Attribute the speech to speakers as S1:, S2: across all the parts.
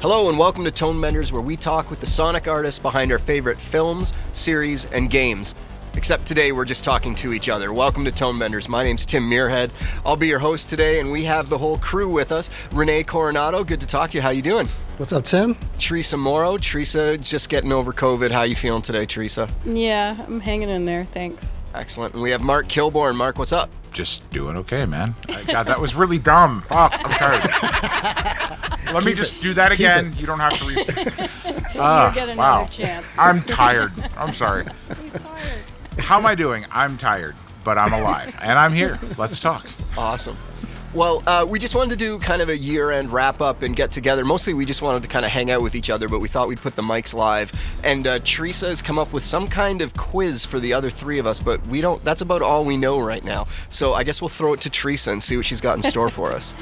S1: Hello and welcome to Tone Benders, where we talk with the sonic artists behind our favorite films, series, and games. Except today we're just talking to each other. Welcome to Tone Benders. My name's Tim Muirhead. I'll be your host today, and we have the whole crew with us. Renee Coronado, good to talk to you. How you doing?
S2: What's up, Tim?
S1: Teresa Morrow. Teresa, just getting over COVID. How you feeling today, Teresa?
S3: Yeah, I'm hanging in there. Thanks.
S1: Excellent. And we have Mark Kilborn. Mark, what's up?
S4: Just doing okay, man. I- God, that was really dumb. Fuck, I'm sorry. Let me just do that again. You don't have to read.
S3: You'll get another
S4: wow.
S3: chance.
S4: I'm tired. I'm sorry.
S3: He's tired.
S4: How am I doing? I'm tired, but I'm alive and I'm here. Let's talk.
S1: Awesome. Well, uh, we just wanted to do kind of a year end wrap up and get together. Mostly, we just wanted to kind of hang out with each other, but we thought we'd put the mics live. And uh, Teresa has come up with some kind of quiz for the other three of us, but we don't, that's about all we know right now. So I guess we'll throw it to Teresa and see what she's got in store for us.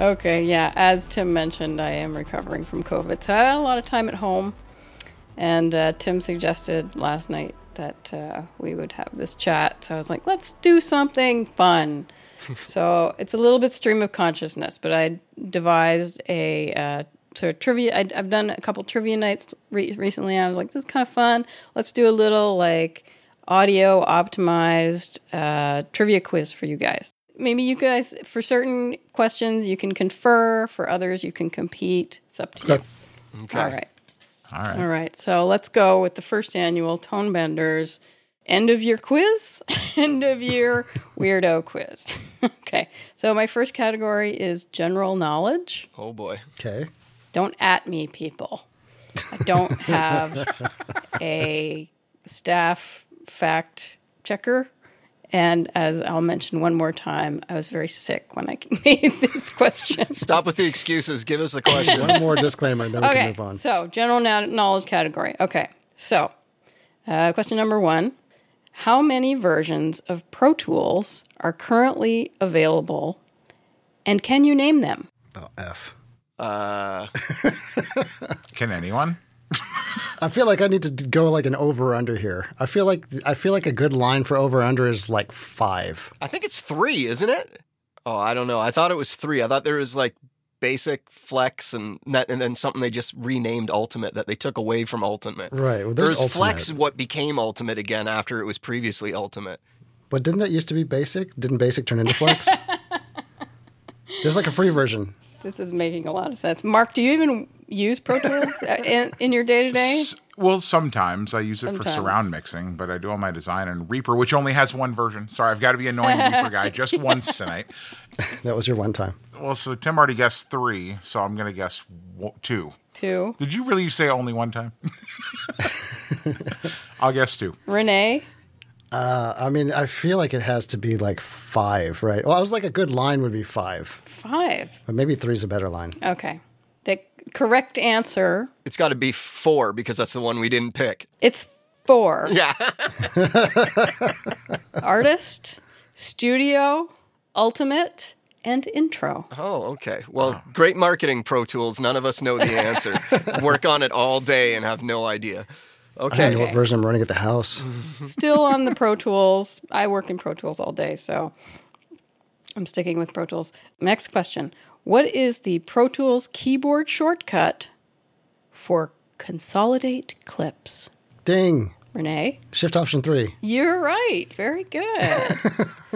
S3: Okay, yeah. As Tim mentioned, I am recovering from COVID, so I had a lot of time at home. And uh, Tim suggested last night that uh, we would have this chat, so I was like, "Let's do something fun." so it's a little bit stream of consciousness, but I devised a uh, sort of trivia. I, I've done a couple trivia nights re- recently. and I was like, "This is kind of fun. Let's do a little like audio optimized uh, trivia quiz for you guys." maybe you guys for certain questions you can confer for others you can compete it's up to you
S1: Okay.
S3: all right
S4: All right.
S3: all right so let's go with the first annual tone benders end of year quiz end of year weirdo quiz okay so my first category is general knowledge
S1: Oh boy.
S2: Okay.
S3: don't at me people i don't have a staff fact checker and as i'll mention one more time i was very sick when i made this question
S1: Stop with the excuses. Give us the question.
S2: One more disclaimer, then we can
S3: okay
S2: move on.
S3: so general kno- knowledge category okay so uh, question number one how many versions of pro tools are currently available and can you name them
S2: Oh, F.
S4: Can anyone?
S2: I feel like I need to d- go like an over under here. I feel like I feel like a good line for over under is like five.
S1: I think it's three, isn't it? Oh, I don't know. I thought it was three. I thought there was like basic flex and that, and then something they just renamed ultimate that they took away from ultimate.
S2: Right, well,
S1: there
S2: there's
S1: was flex,
S2: Ultimate.
S1: what became ultimate again after it was previously ultimate.
S2: But didn't that used to be basic? Didn't basic turn into flex? There's like a free version.
S3: This is making a lot of sense. Mark, do you even use Pro Tools uh, in, in your day to day?
S4: S- Well, sometimes I use it for
S3: Sometimes.
S4: surround mixing, but I do all my design in Reaper, which only has one version. Sorry, I've got to be annoying Reaper guy just once tonight.
S2: That was your one time.
S4: Well, so Tim already guessed three, so I'm gonna guess wo- two.
S3: Two.
S4: Did you really say only one time? I'll guess two.
S3: Renee?
S2: I mean, I feel like it has to be like five, right? Well, I was like a good line would be five,
S3: Five.
S2: but maybe three's a better line.
S3: Okay. The correct answer
S1: It's got to be four because that's the one we didn't pick.
S3: it's four.
S1: Yeah.
S3: Artist, studio, ultimate, and intro.
S1: Oh, okay. Well, great marketing, Pro Tools. None of us know the answer. Work on it all day and have no idea.
S2: I don't know
S1: Okay.
S2: what version I'm running at the house.
S3: Still on the Pro Tools. I work in Pro Tools all day, so I'm sticking with Pro Tools. Next question. What is the Pro Tools keyboard shortcut for consolidate clips?
S2: Ding.
S3: Renee?
S2: Shift option three.
S3: You're right. Very good.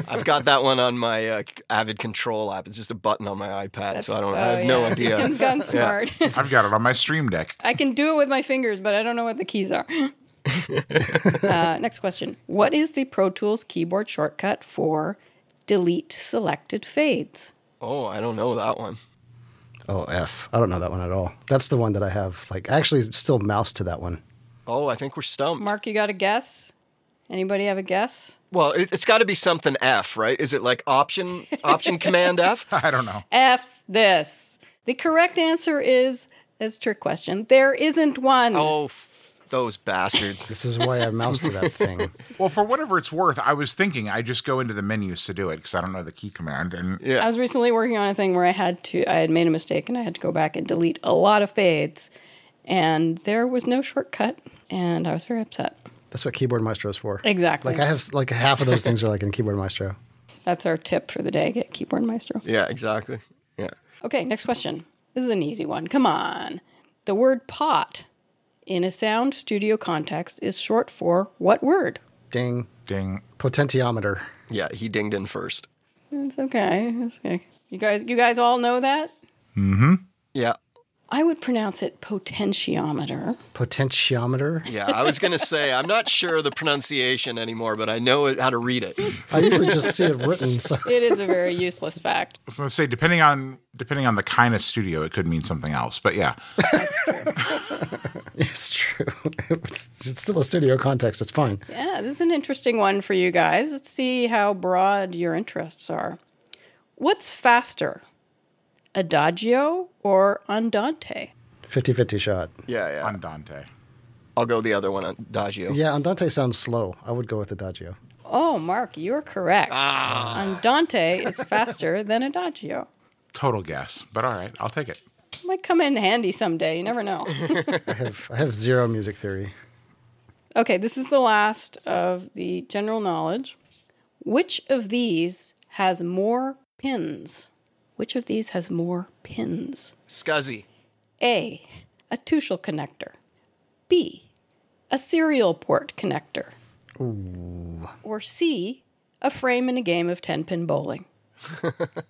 S1: I've got that one on my uh, Avid Control app. It's just a button on my iPad, so I don't. I
S3: Oh,
S1: have no
S3: yeah. See,
S1: idea.
S3: Tim's gotten smart.
S4: I've got it on my stream deck.
S3: I can do it with my fingers, but I don't know what the keys are. uh, next question. What is the Pro Tools keyboard shortcut for delete selected fades?
S1: Oh, I don't know that one.
S2: Oh, F. I don't know that one at all. That's the one that I have. Like, I actually still mouse to that one.
S1: Oh, I think we're stumped.
S3: Mark, you got a guess? Anybody have a guess?
S1: Well, it, it's got to be something F, right? Is it like option option command F?
S4: I don't know.
S3: F this. The correct answer is as trick question. There isn't one.
S1: Oh, f- those bastards.
S2: This is why I mouse to that thing.
S4: Well, for whatever it's worth, I was thinking I just go into the menus to do it because I don't know the key command. And
S3: I was recently working on a thing where I had to, I had made a mistake and I had to go back and delete a lot of fades, and there was no shortcut, and I was very upset.
S2: That's what Keyboard Maestro is for.
S3: Exactly.
S2: Like, I have like half of those things are like in Keyboard Maestro.
S3: That's our tip for the day. Get Keyboard Maestro.
S1: Yeah, exactly. Yeah.
S3: Okay, next question. This is an easy one. Come on. The word pot in a sound studio context is short for what word?
S2: Ding.
S4: Ding.
S2: Potentiometer.
S1: Yeah, he dinged in first.
S3: It's okay. It's okay. You guys, you guys all know that.
S1: Yeah.
S3: I would pronounce it potentiometer.
S2: Potentiometer.
S1: Yeah, I was going to say, I'm not sure of the pronunciation anymore, but I know it, how to read it.
S2: I usually just see it written. So
S3: It is a very useless fact.
S4: I was gonna say depending on depending on the kind of studio, it could mean something else. But yeah,
S2: it's true. It's, it's still a studio context. It's fine.
S3: Yeah, this is an interesting one for you guys. Let's see how broad your interests are. What's faster, adagio or andante?
S2: 50 50 shot.
S1: Yeah, yeah.
S4: on Dante.
S1: I'll go the other one, Adagio.
S2: Yeah, Andante sounds slow. I would go with Adagio.
S3: Oh, Mark, you're correct. Andante is faster than adagio.
S4: Total guess, but all right, I'll take it.
S3: Might come in handy someday. You never know.
S2: I have, I have zero music theory.
S3: Okay, this is the last of the general knowledge. Which of these has more pins? Which of these has more pins?
S1: Scuzzy.
S3: A. A tuchel connector. B. A serial port connector. Or C. A frame in a game of 10 pin bowling.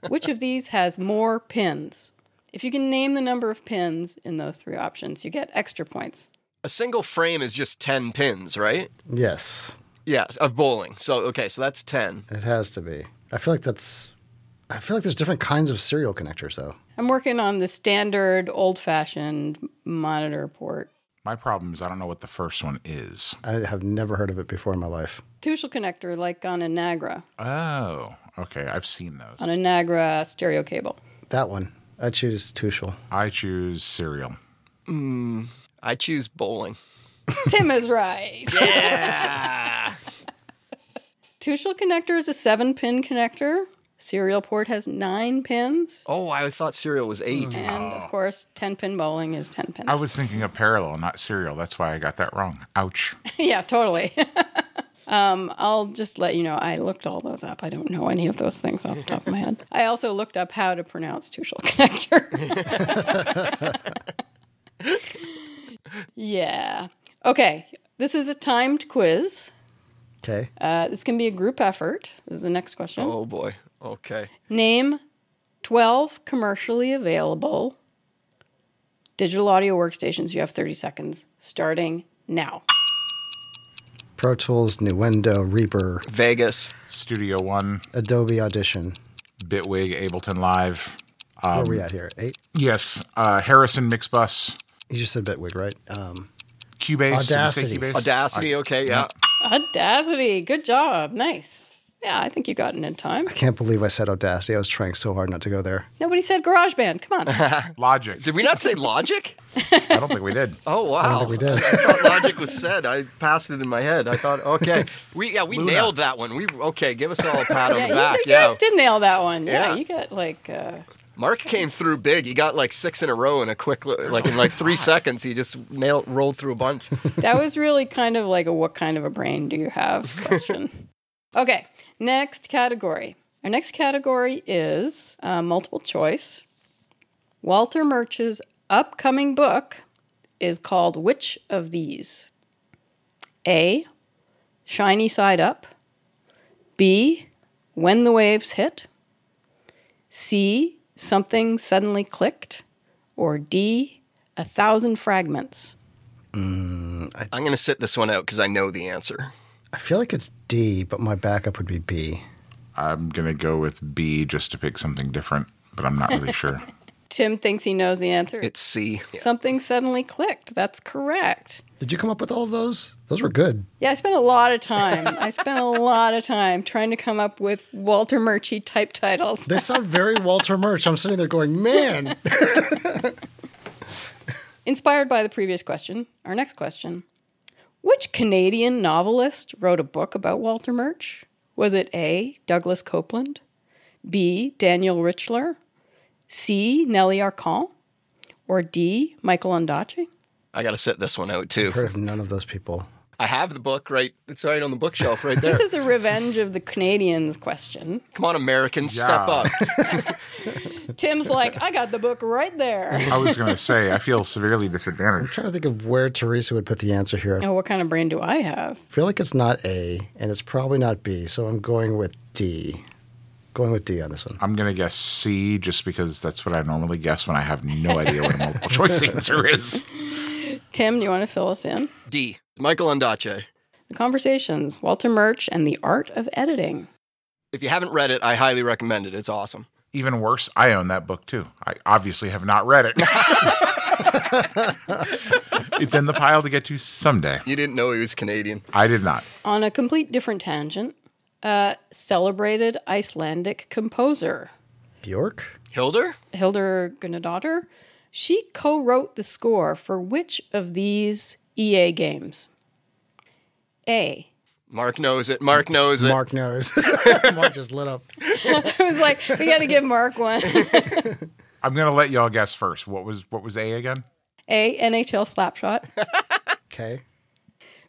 S3: Which of these has more pins? If you can name the number of pins in those three options, you get extra points.
S1: A single frame is just 10 pins, right?
S2: Yes,
S1: Yeah, of bowling. So, okay, so that's 10.
S2: it has to be. I feel like that's. I feel like there's different kinds of serial connectors, though.
S3: I'm working on the standard old fashioned monitor port.
S4: My problem is I don't know what the first one is.
S2: I have never heard of it before in my life.
S3: Tuchel connector, like on a Nagra,
S4: Oh, okay, I've seen those.
S3: on a Nagra stereo cable.
S2: That one. I choose Tuchel.
S4: I choose cereal.
S1: I choose bowling.
S3: Tim is right. Yeah. Tuchel connector is a seven pin connector. Serial port has nine pins.
S1: Oh, I thought cereal was 8.
S3: And of course, 10 pin bowling is 10 pins.
S4: I was thinking of parallel, not cereal. That's why I got that wrong. Ouch.
S3: yeah, totally. um, I'll just let you know I looked all those up. I don't know any of those things off the top of my head. I also looked up how to pronounce Tuchel connector. yeah. Okay. This is a timed quiz.
S2: Okay.
S3: Uh, this can be a group effort. This is the next question.
S1: Oh, boy. Okay.
S3: Name 12 commercially available digital audio workstations. You have 30 seconds starting now.
S2: Pro Tools, Nuendo, Reaper,
S1: Vegas.
S4: Studio One,
S2: Adobe Audition.
S4: Bitwig, Ableton Live.
S2: Where are we at here? Eight?
S4: Yes, uh, Harrison Mixbus,
S2: You just said Bitwig, right? Um,
S4: Cubase. Did you say
S2: Audacity.
S4: Cubase?
S1: Audacity, okay, yeah.
S3: Audacity. Good job. Nice. Yeah, I think you got it in time.
S2: can't believe I said Audacity. I was trying so hard not to go there.
S3: Nobody said GarageBand. Come on.
S4: Uh, Logic.
S1: Did we not say logic?
S4: I don't think we did.
S1: Oh, wow.
S2: I think we did.
S1: I thought logic was said. I passed it in my head. I thought, okay, we yeah we nailed that one. We okay, give us all a pat on
S3: Yeah,
S1: the
S3: you,
S1: back.
S3: you
S1: yeah,
S3: guys did nail that one. Yeah,
S1: Yeah.
S3: you got like, uh,
S1: Mark came through big. He got like six in a row in a quick li- like in like three seconds. He just nailed rolled through a bunch.
S3: that was really kind of like a what kind of a brain do you have question. okay, next category. Our next category is uh, multiple choice. Walter Murch's upcoming book is called Which of These? A. Shiny Side Up. B. When the Waves Hit. C. Something Suddenly Clicked. Or D. A Thousand Fragments.
S1: I'm gonna sit this one out because I know the answer.
S2: I feel like it's D, but my backup would be B.
S4: I'm going to go with B just to pick something different, but I'm not really sure.
S3: Tim thinks he knows the answer.
S1: It's C.
S3: Something suddenly clicked. That's correct.
S2: Did you come up with all of those? Those were good.
S3: Yeah, I spent a lot of time. I spent a lot of time trying to come up with Walter Murchie type titles.
S2: They sound very Walter Murch. I'm sitting there going, man.
S3: Inspired by the previous question, our next question Which Canadian novelist wrote a book about Walter Murch? Was it A. Douglas Copeland, B. Daniel Richler, C. Nellie Arcand, or D. Michael Ondaatje?
S1: I gotta sit this one out too.
S2: Heard of none of those people.
S1: I have the book right. It's right on the bookshelf right there.
S3: This is a revenge of the Canadians question.
S1: Come on, Americans,
S4: Yeah.
S1: step up.
S3: Tim's like, I got the book right there.
S4: I was going to say, I feel severely disadvantaged.
S2: trying to think of where Teresa would put the answer here. I
S3: Oh, what kind of brain do I have?
S2: feel like it's not A, and it's probably not B, so I'm going with D. Going with D on this one.
S4: I'm going to guess C just because that's what I normally guess when I have no idea what a multiple choice answer is.
S3: Tim, do you want to fill us in?
S1: D. Michael Ondaatje.
S3: The Conversations, Walter Murch, and the Art of Editing.
S1: If you haven't read it, I highly recommend it. It's awesome.
S4: Even worse, I own that book too. I obviously have not read it. it's in the pile to get to someday.
S1: You didn't know he was Canadian.
S4: I did not.
S3: On a complete different tangent, uh, celebrated Icelandic composer
S2: Bjork?
S1: Hilder?
S3: Hildur Gunnadottir. She co-wrote the score for which of these EA games? A.
S1: Mark knows it. Mark knows it.
S2: Mark knows. Mark just lit up.
S3: I was like, we got to give Mark one.
S4: I'm going to let y'all guess first. What was what was A again?
S3: A. NHL Slapshot.
S2: Okay.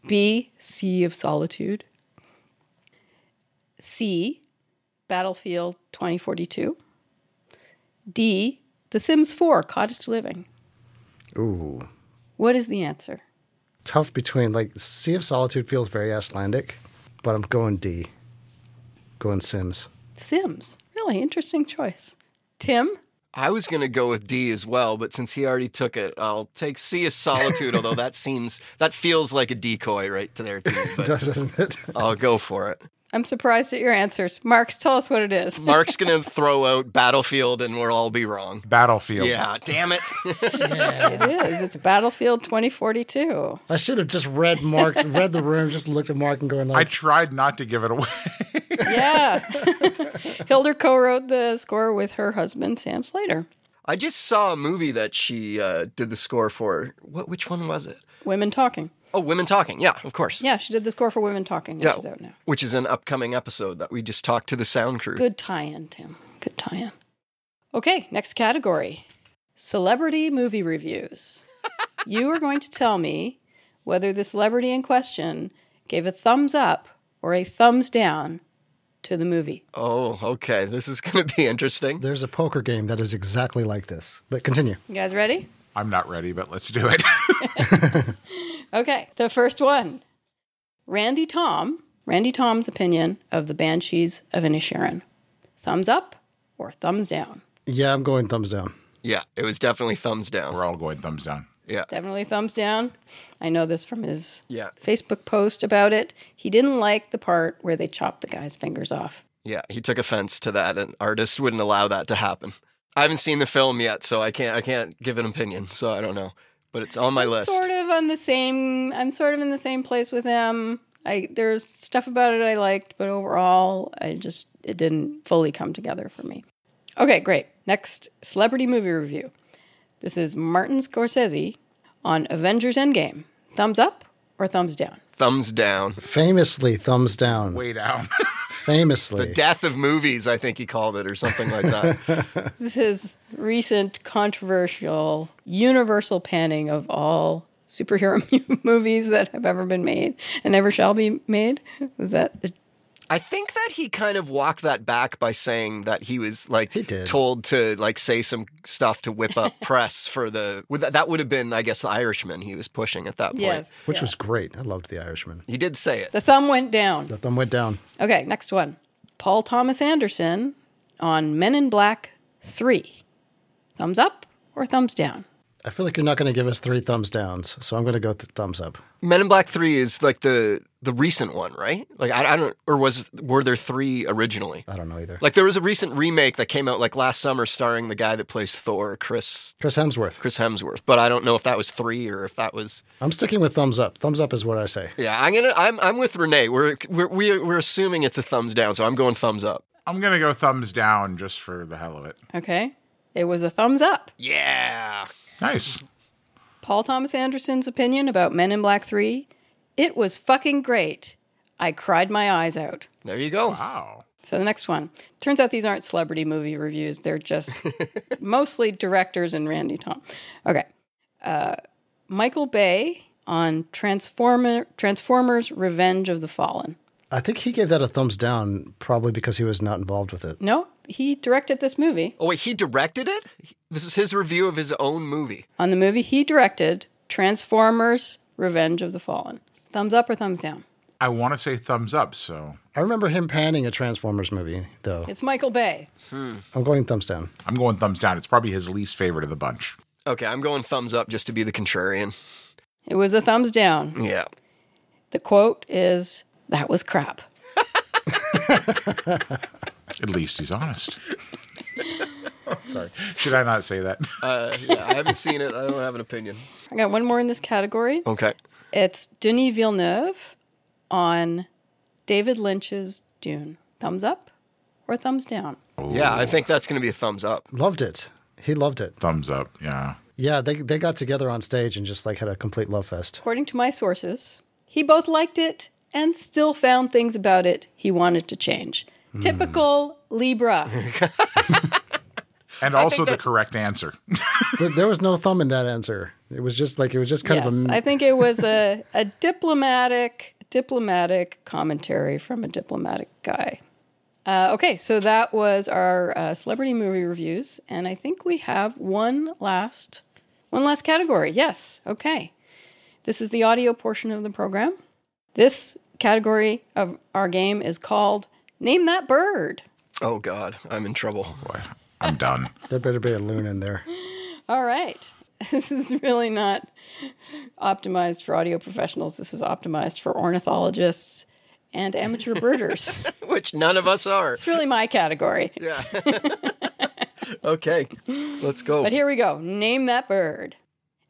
S3: B. Sea of Solitude. C. Battlefield 2042. D. The Sims 4 Cottage Living.
S2: Ooh.
S3: What is the answer?
S2: Tough between, like, Sea of Solitude feels very Icelandic, but I'm going D. Going Sims.
S3: Sims. Really interesting choice. Tim?
S1: I was going to go with D as well, but since he already took it, I'll take C as Solitude, although that seems, that feels like a decoy right there, too. But
S2: Does, doesn't it?
S1: I'll go for it.
S3: I'm surprised at your answers. Marks, tell us what it is.
S1: Mark's going to throw out Battlefield and we'll all be wrong.
S4: Battlefield.
S1: Yeah, damn it.
S3: it is. It's Battlefield 2042.
S2: I should have just read Mark, read the room, just looked at Mark and going
S4: I
S2: like,
S4: tried not to give it away.
S3: Yeah. Hildur co wrote the score with her husband, Sam Slater.
S1: I just saw a movie that she uh, did the score for. What? Which one was it?
S3: Women Talking.
S1: Oh, Women Talking. Yeah, of course.
S3: Yeah, she did the score for Women Talking, which
S1: Yeah,
S3: is out now.
S1: which is an upcoming episode that we just talked to the sound crew.
S3: Good tie in, Tim. Good tie in. Okay, next category celebrity movie reviews. you are going to tell me whether the celebrity in question gave a thumbs up or a thumbs down to the movie.
S1: Oh, okay. This is going to be interesting.
S2: there's a poker game that is exactly like this. But continue.
S3: You guys ready?
S4: I'm not ready, but let's do it.
S3: Okay, the first one Randy Tom, Randy Tom's opinion of the Banshees of Inisherin. Thumbs up or thumbs down?
S2: Yeah, I'm going thumbs down.
S1: Yeah, it was definitely thumbs down.
S4: We're all going thumbs down.
S1: Yeah.
S3: Definitely thumbs down. I know this from his
S1: Yeah.
S3: Facebook post about it. He didn't like the part where they chopped the guy's fingers off.
S1: Yeah, he took offense to that and artists wouldn't allow that to happen. I haven't seen the film yet, so I can't I can't give an opinion, so I don't know. But it's on my list.
S3: Sort of on the same. I'm sort of in the same place with him. I there's stuff about it I liked, but overall, I just it didn't fully come together for me. Okay, great. Next celebrity movie review. This is Martin Scorsese on Avengers Endgame. Thumbs up or thumbs down?
S1: Thumbs down.
S2: Famously, thumbs down.
S4: Way down.
S2: Famously.
S1: Death of movies, I think he called it or something like that.
S3: This is recent controversial universal panning of all superhero movies that have ever been made and ever shall be made. Was that the
S1: I think that he kind of walked that back by saying that he was like
S2: did.
S1: told to like say some stuff to whip up press for the would that, that would have been I guess the Irishman he was pushing at that point.
S3: yes?
S2: which was great. I loved The Irishman.
S1: He did say it.
S3: The thumb went down.
S2: The thumb went down.
S3: Okay, next one. Paul Thomas Anderson on Men in Black 3. Thumbs up or thumbs down?
S2: I feel like you're not going to give us three thumbs downs, so I'm going to go th- thumbs up.
S1: Men in Black 3 is like the the recent one, right? Like I, I don't or was were there 3 originally?
S2: I don't know either.
S1: Like there was a recent remake that came out like last summer starring the guy that plays Thor, Chris
S2: Chris Hemsworth.
S1: Chris Hemsworth, but I don't know if that was 3 or if that was
S2: I'm sticking with thumbs up. Thumbs up is what I say.
S1: Yeah, I'm going to I'm I'm with Renee. We're we're we're we're assuming it's a thumbs down, so I'm going thumbs up.
S4: I'm going to go thumbs down just for the hell of it.
S3: Okay. It was a thumbs up.
S1: Yeah.
S4: Nice.
S3: Paul Thomas Anderson's opinion about Men in Black 3. It was fucking great. I cried my eyes out.
S1: There you go.
S4: Wow.
S3: So the next one. Turns out these aren't celebrity movie reviews. They're just mostly directors and Randy Tom. Okay. Uh, Michael Bay on Transformer Transformers Revenge of the Fallen.
S2: I think he gave that a thumbs down, probably because he was not involved with it.
S3: No? he directed this movie.
S1: Oh wait, he directed it. This is his review of his own movie.
S3: On the movie he directed, Transformers: Revenge of the Fallen. Thumbs up or thumbs down?
S4: I want to say thumbs up. So
S2: I remember him panning a Transformers movie, though.
S3: It's Michael Bay.
S2: I'm going thumbs down.
S4: I'm going thumbs down. It's probably his least favorite of the bunch.
S1: Okay, I'm going thumbs up just to be the contrarian.
S3: It was a thumbs down.
S1: Yeah.
S3: The quote is, "That was crap."
S4: At least he's honest. Sorry. Should I not say that?
S1: Uh, yeah, I haven't seen it. I don't have an opinion.
S3: I got one more in this category.
S1: Okay.
S3: It's Denis Villeneuve on David Lynch's Dune. Thumbs up or thumbs down?
S1: Yeah, I think that's going to be a thumbs up.
S2: Loved it. He loved it.
S4: Thumbs up. Yeah.
S2: Yeah, they they got together on stage and just like had a complete love fest.
S3: According to my sources, he both liked it and still found things about it he wanted to change. Typical Libra.
S4: And also the correct answer.
S2: Th- there was no thumb in that answer. It was just like it was just kind
S3: yes,
S2: of a
S3: I think it was a, a diplomatic diplomatic commentary from a diplomatic guy. Uh, okay, so that was our uh, celebrity movie reviews, and I think we have one last one last category. Yes, okay. This is the audio portion of the program. This category of our game is called Name That Bird.
S1: Oh God, I'm in trouble.
S4: Boy, I'm done.
S2: there better be a loon in there.
S3: All right. This is really not optimized for audio professionals. This is optimized for ornithologists and amateur birders.
S1: Which none of us are.
S3: it's really my category.
S1: Okay, let's go.
S3: But here we go. Name that bird.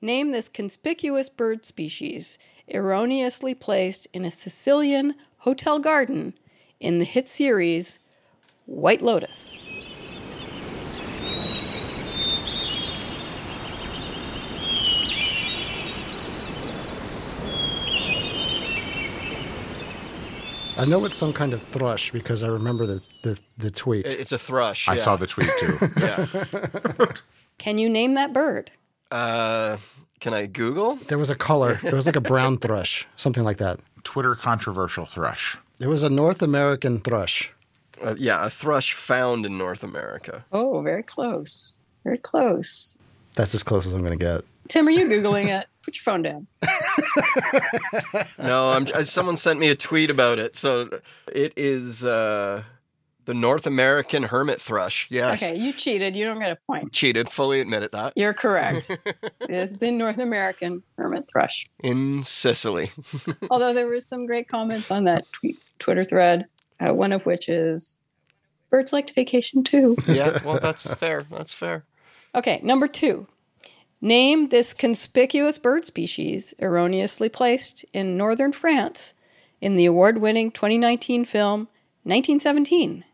S3: Name this conspicuous bird species erroneously placed in a Sicilian hotel garden in the hit series White Lotus.
S2: I know it's some kind of thrush because I remember the the, the tweet.
S1: It's a thrush.
S4: I
S1: yeah.
S4: saw the tweet too.
S1: Yeah.
S3: Can you name that bird?
S1: Uh, can I Google?
S2: there was a color. It was like a brown thrush, something like that.
S4: Twitter controversial thrush.
S2: It was a North American thrush.
S1: Uh, yeah, a thrush found in North America.
S3: Oh, very close. Very close.
S2: That's as close as I'm going to get.
S3: Tim, are you Googling it? Put your phone down.
S1: No, I'm. uh, Someone sent me a tweet about it. So it is uh, the North American hermit thrush. Yes.
S3: Okay, you cheated. You don't get a point.
S1: Cheated. Fully admitted that.
S3: You're correct. it is the North American hermit thrush.
S1: In Sicily.
S3: Although there were some great comments on that tweet, Twitter thread, uh, one of which is birds like to vacation too.
S1: Yeah. Well, that's fair. That's fair.
S3: okay, number two. Name this conspicuous bird species erroneously placed in northern France in the award winning 2019 film 1917.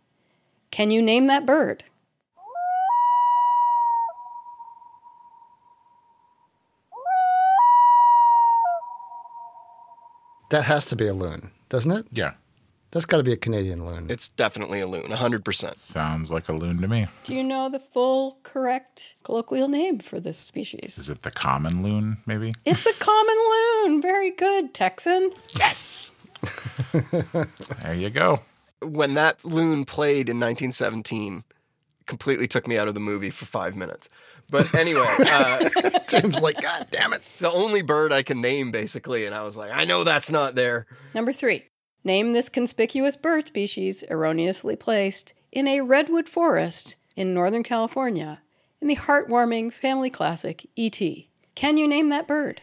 S3: Can you name that bird?
S2: That has to be a loon, doesn't it?
S4: Yeah.
S2: That's got to be a Canadian loon.
S1: It's definitely a loon. hundred percent.
S4: Sounds like a loon to me.
S3: Do you know the full correct colloquial name for this species?
S4: Is it the common loon, maybe?
S3: It's a common loon. Very good, Texan.
S4: Yes. there you go.
S1: When that loon played in 1917, completely took me out of the movie for five minutes. But anyway. Uh,
S2: Tim's like, God damn it.
S1: the only bird I can name, basically. And I was like, I know that's not there.
S3: Number three, name this conspicuous bird species erroneously placed in a redwood forest in Northern California in the heartwarming family classic E.T. Can you name that bird?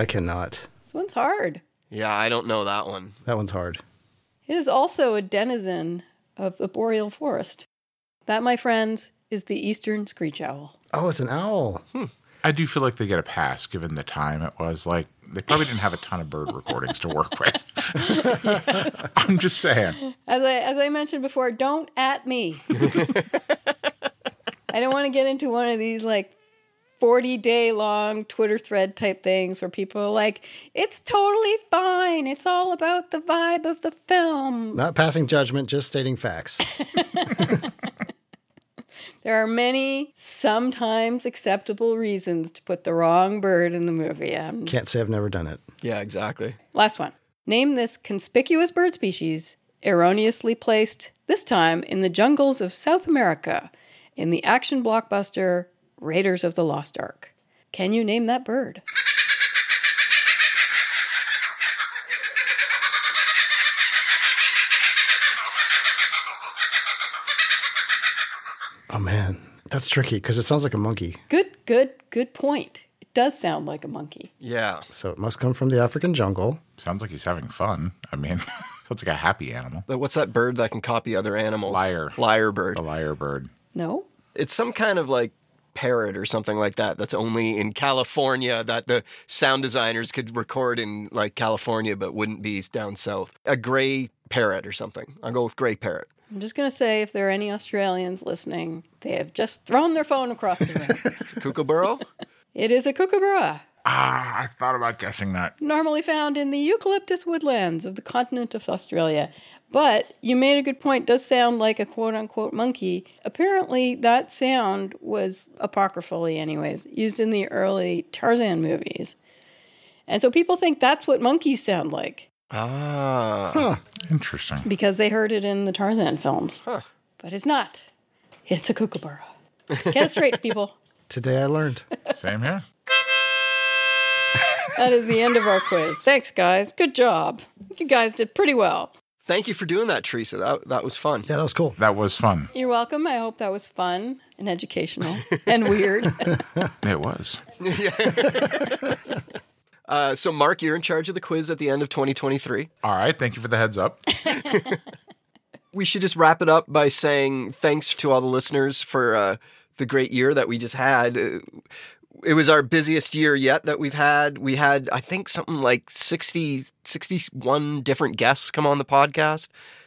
S2: I cannot.
S3: This one's hard.
S1: Yeah, I don't know that one.
S2: That one's hard.
S3: It is also a denizen of the boreal forest. That, my friends, is the eastern screech owl.
S2: Oh, it's an owl.
S4: I do feel like they get a pass given the time it was. Like, they probably didn't have a ton of bird recordings to work with. I'm just saying.
S3: As I as I mentioned before, don't at me. I don't want to get into one of these like 40 day long Twitter thread type things where people are like, it's totally fine. It's all about the vibe of the film.
S2: Not passing judgment, just stating facts.
S3: There are many sometimes acceptable reasons to put the wrong bird in the movie. Um,
S2: Can't say I've never done it.
S1: Yeah, exactly.
S3: last one. Name this conspicuous bird species erroneously placed, this time in the jungles of South America in the action blockbuster Raiders of the Lost Ark. Can you name that bird?
S2: Oh man, that's tricky because it sounds like a monkey.
S3: Good, good, good point. It does sound like a monkey.
S1: Yeah.
S2: So it must come from the African jungle.
S4: Sounds like he's having fun. I mean, sounds like a happy animal.
S1: But What's that bird that can copy other animals?
S4: Lyre.
S1: Liar bird.
S4: A lyre bird.
S3: No?
S1: It's some kind of like parrot or something like that that's only in California that the sound designers could record in like California but wouldn't be down south. A gray parrot or something. I'll go with gray parrot.
S3: I'm just going to say if there are any Australians listening, they have just thrown their phone across the room.
S1: Kookaburra?
S3: it is a kookaburra,
S4: Ah, I thought about guessing that.
S3: normally found in the eucalyptus woodlands of the continent of Australia. But you made a good point, does sound like a quote unquote monkey. Apparently, that sound was apocryphally, anyways, used in the early Tarzan movies. And so people think that's what monkeys sound like
S1: ah.
S4: Interesting.
S3: because they heard it in the Tarzan films.
S1: Huh.
S3: But it's not. It's a kookaburra. Get it straight, people.
S2: Today I learned.
S4: Same here.
S3: That is the end of our quiz. Thanks, guys. Good job. You guys did pretty well.
S1: Thank you for doing that, Teresa. That, that was fun.
S2: Yeah, that was cool.
S4: That was fun.
S3: You're welcome. I hope that was fun and educational and weird.
S4: It was.
S1: Uh, so, Mark, you're in charge of the quiz at the end of 2023.
S4: All right. Thank you for the heads up.
S1: we should just wrap it up by saying thanks to all the listeners for uh, the great year that we just had. Uh, It was our busiest year yet that we've had. We had, I think, something like 60, 61 different guests come on the podcast,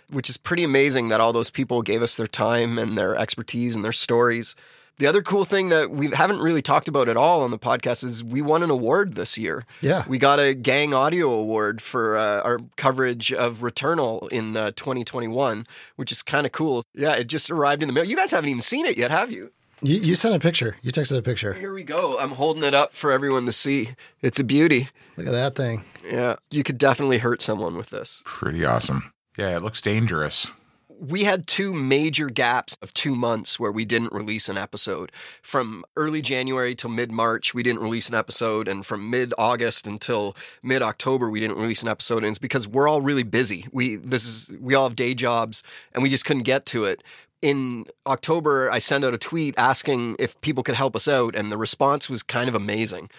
S1: which is pretty amazing that all those people gave us their time and their expertise and their stories. The other cool thing that we haven't really talked about at all on the podcast is we won an award this year.
S2: Yeah.
S1: We got a Gang Audio Award for uh, our coverage of Returnal in uh, 2021, which is kind of cool. Yeah, it just arrived in the mail. You guys haven't even seen it yet, have you?
S2: You, you sent a picture. You texted a picture.
S1: Here we go. I'm holding it up for everyone to see. It's a beauty.
S2: Look at that thing.
S1: Yeah. You could definitely hurt someone with this.
S4: Pretty awesome. Yeah, it looks dangerous.
S1: we had two major gaps of two months where we didn't release an episode. From early January till mid March, we didn't release an episode. And from mid August until mid October, we didn't release an episode. And it's because we're all really busy. We, this is, we all have day jobs and we just couldn't get to it. In October, I sent out a tweet asking if people could help us out. And the response was kind of amazing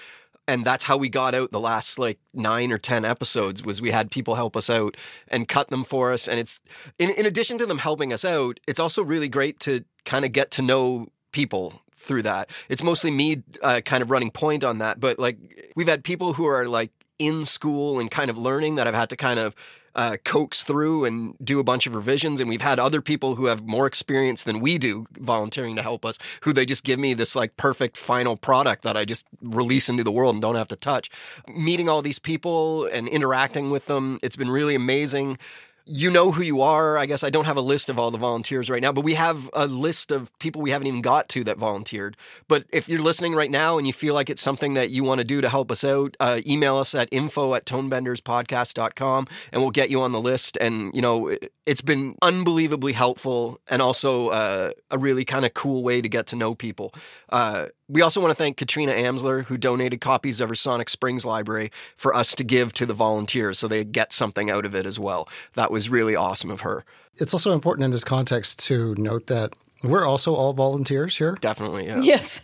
S1: and that's how we got out the last like nine or ten episodes was we had people help us out and cut them for us and it's in, in addition to them helping us out it's also really great to kind of get to know people through that it's mostly me uh, kind of running point on that but like we've had people who are like in school and kind of learning that I've had to kind of uh, coax through and do a bunch of revisions. And we've had other people who have more experience than we do volunteering to help us, who they just give me this like perfect final product that I just release into the world and don't have to touch. Meeting all these people and interacting with them, it's been really amazing you know who you are. I guess I don't have a list of all the volunteers right now, but we have a list of people we haven't even got to that volunteered. But if you're listening right now and you feel like it's something that you want to do to help us out, uh, email us at info at tonebenderspodcast.com and we'll get you on the list. And, you know, it, it's been unbelievably helpful and also uh, a really kind of cool way to get to know people. Uh, we also want to thank Katrina Amsler, who donated copies of her Sonic Springs library for us to give to the volunteers so they get something out of it as well. That was really awesome of her.
S2: It's also important in this context to note that we're also all volunteers here.
S1: Definitely. uh, Yeah.
S3: yes.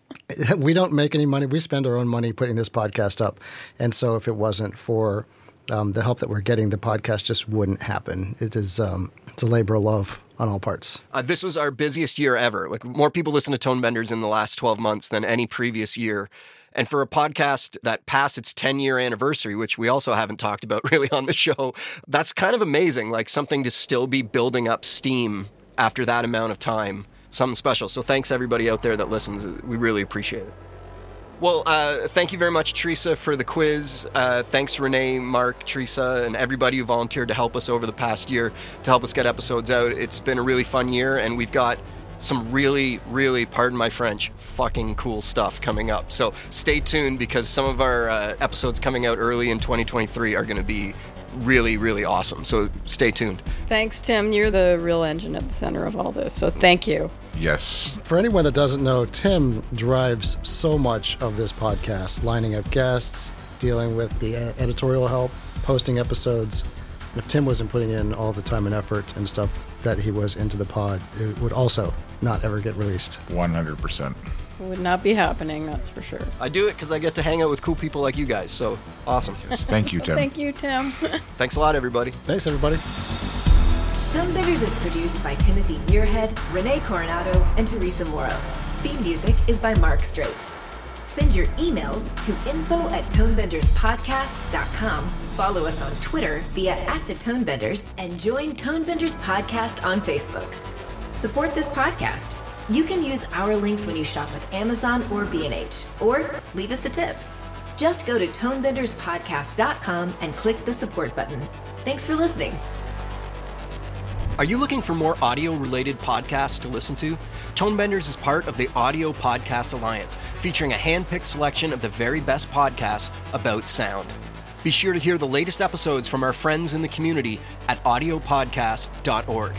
S2: we don't make any money. We spend our own money putting this podcast up. And so if it wasn't for um, the help that we're getting, the podcast just wouldn't happen. It is um, it's a labor of love on all parts.
S1: Uh, this was our busiest year ever. Like more people listen to Tone Benders in the last 12 months than any previous year. And for a podcast that passed its 10 year anniversary, which we also haven't talked about really on the show, that's kind of amazing. Like something to still be building up steam after that amount of time. Something special. So thanks everybody out there that listens. We really appreciate it. Well, uh, thank you very much, Teresa, for the quiz. Uh, thanks, Renee, Mark, Teresa, and everybody who volunteered to help us over the past year to help us get episodes out. It's been a really fun year, and we've got some really, really, pardon my French, fucking cool stuff coming up. So stay tuned because some of our uh, episodes coming out early in 2023 are going to be really, really awesome. So stay tuned.
S3: Thanks, Tim. You're the real engine at the center of all this. So thank you.
S4: Yes.
S2: For anyone that doesn't know, Tim drives so much of this podcast, lining up guests, dealing with the uh, editorial help, posting episodes. If Tim wasn't putting in all the time and effort and stuff that he was into the pod, it would also not ever get released.
S4: 100%.
S3: It would not be happening, that's for sure.
S1: I do it because I get to hang out with cool people like you guys. So awesome.
S4: Yes. Thank you, Tim.
S3: Thank you, Tim.
S1: Thanks a lot, everybody.
S2: Thanks, everybody.
S5: Dumb Bitters is produced by Timothy Muirhead, Renee Coronado, and Teresa Morrow. Theme music is by Mark Strait. Send your emails to info at tonebenderspodcast.com. Follow us on Twitter via at the Tonebenders and join Tonebenders Podcast on Facebook. Support this podcast. You can use our links when you shop with Amazon or B&H, or leave us a tip. Just go to tonebenderspodcast.com and click the support button. Thanks for listening.
S1: Are you looking for more audio related podcasts to listen to? Tonebenders is part of the Audio Podcast Alliance, featuring a hand picked selection of the very best podcasts about sound. Be sure to hear the latest episodes from our friends in the community at audiopodcast.org.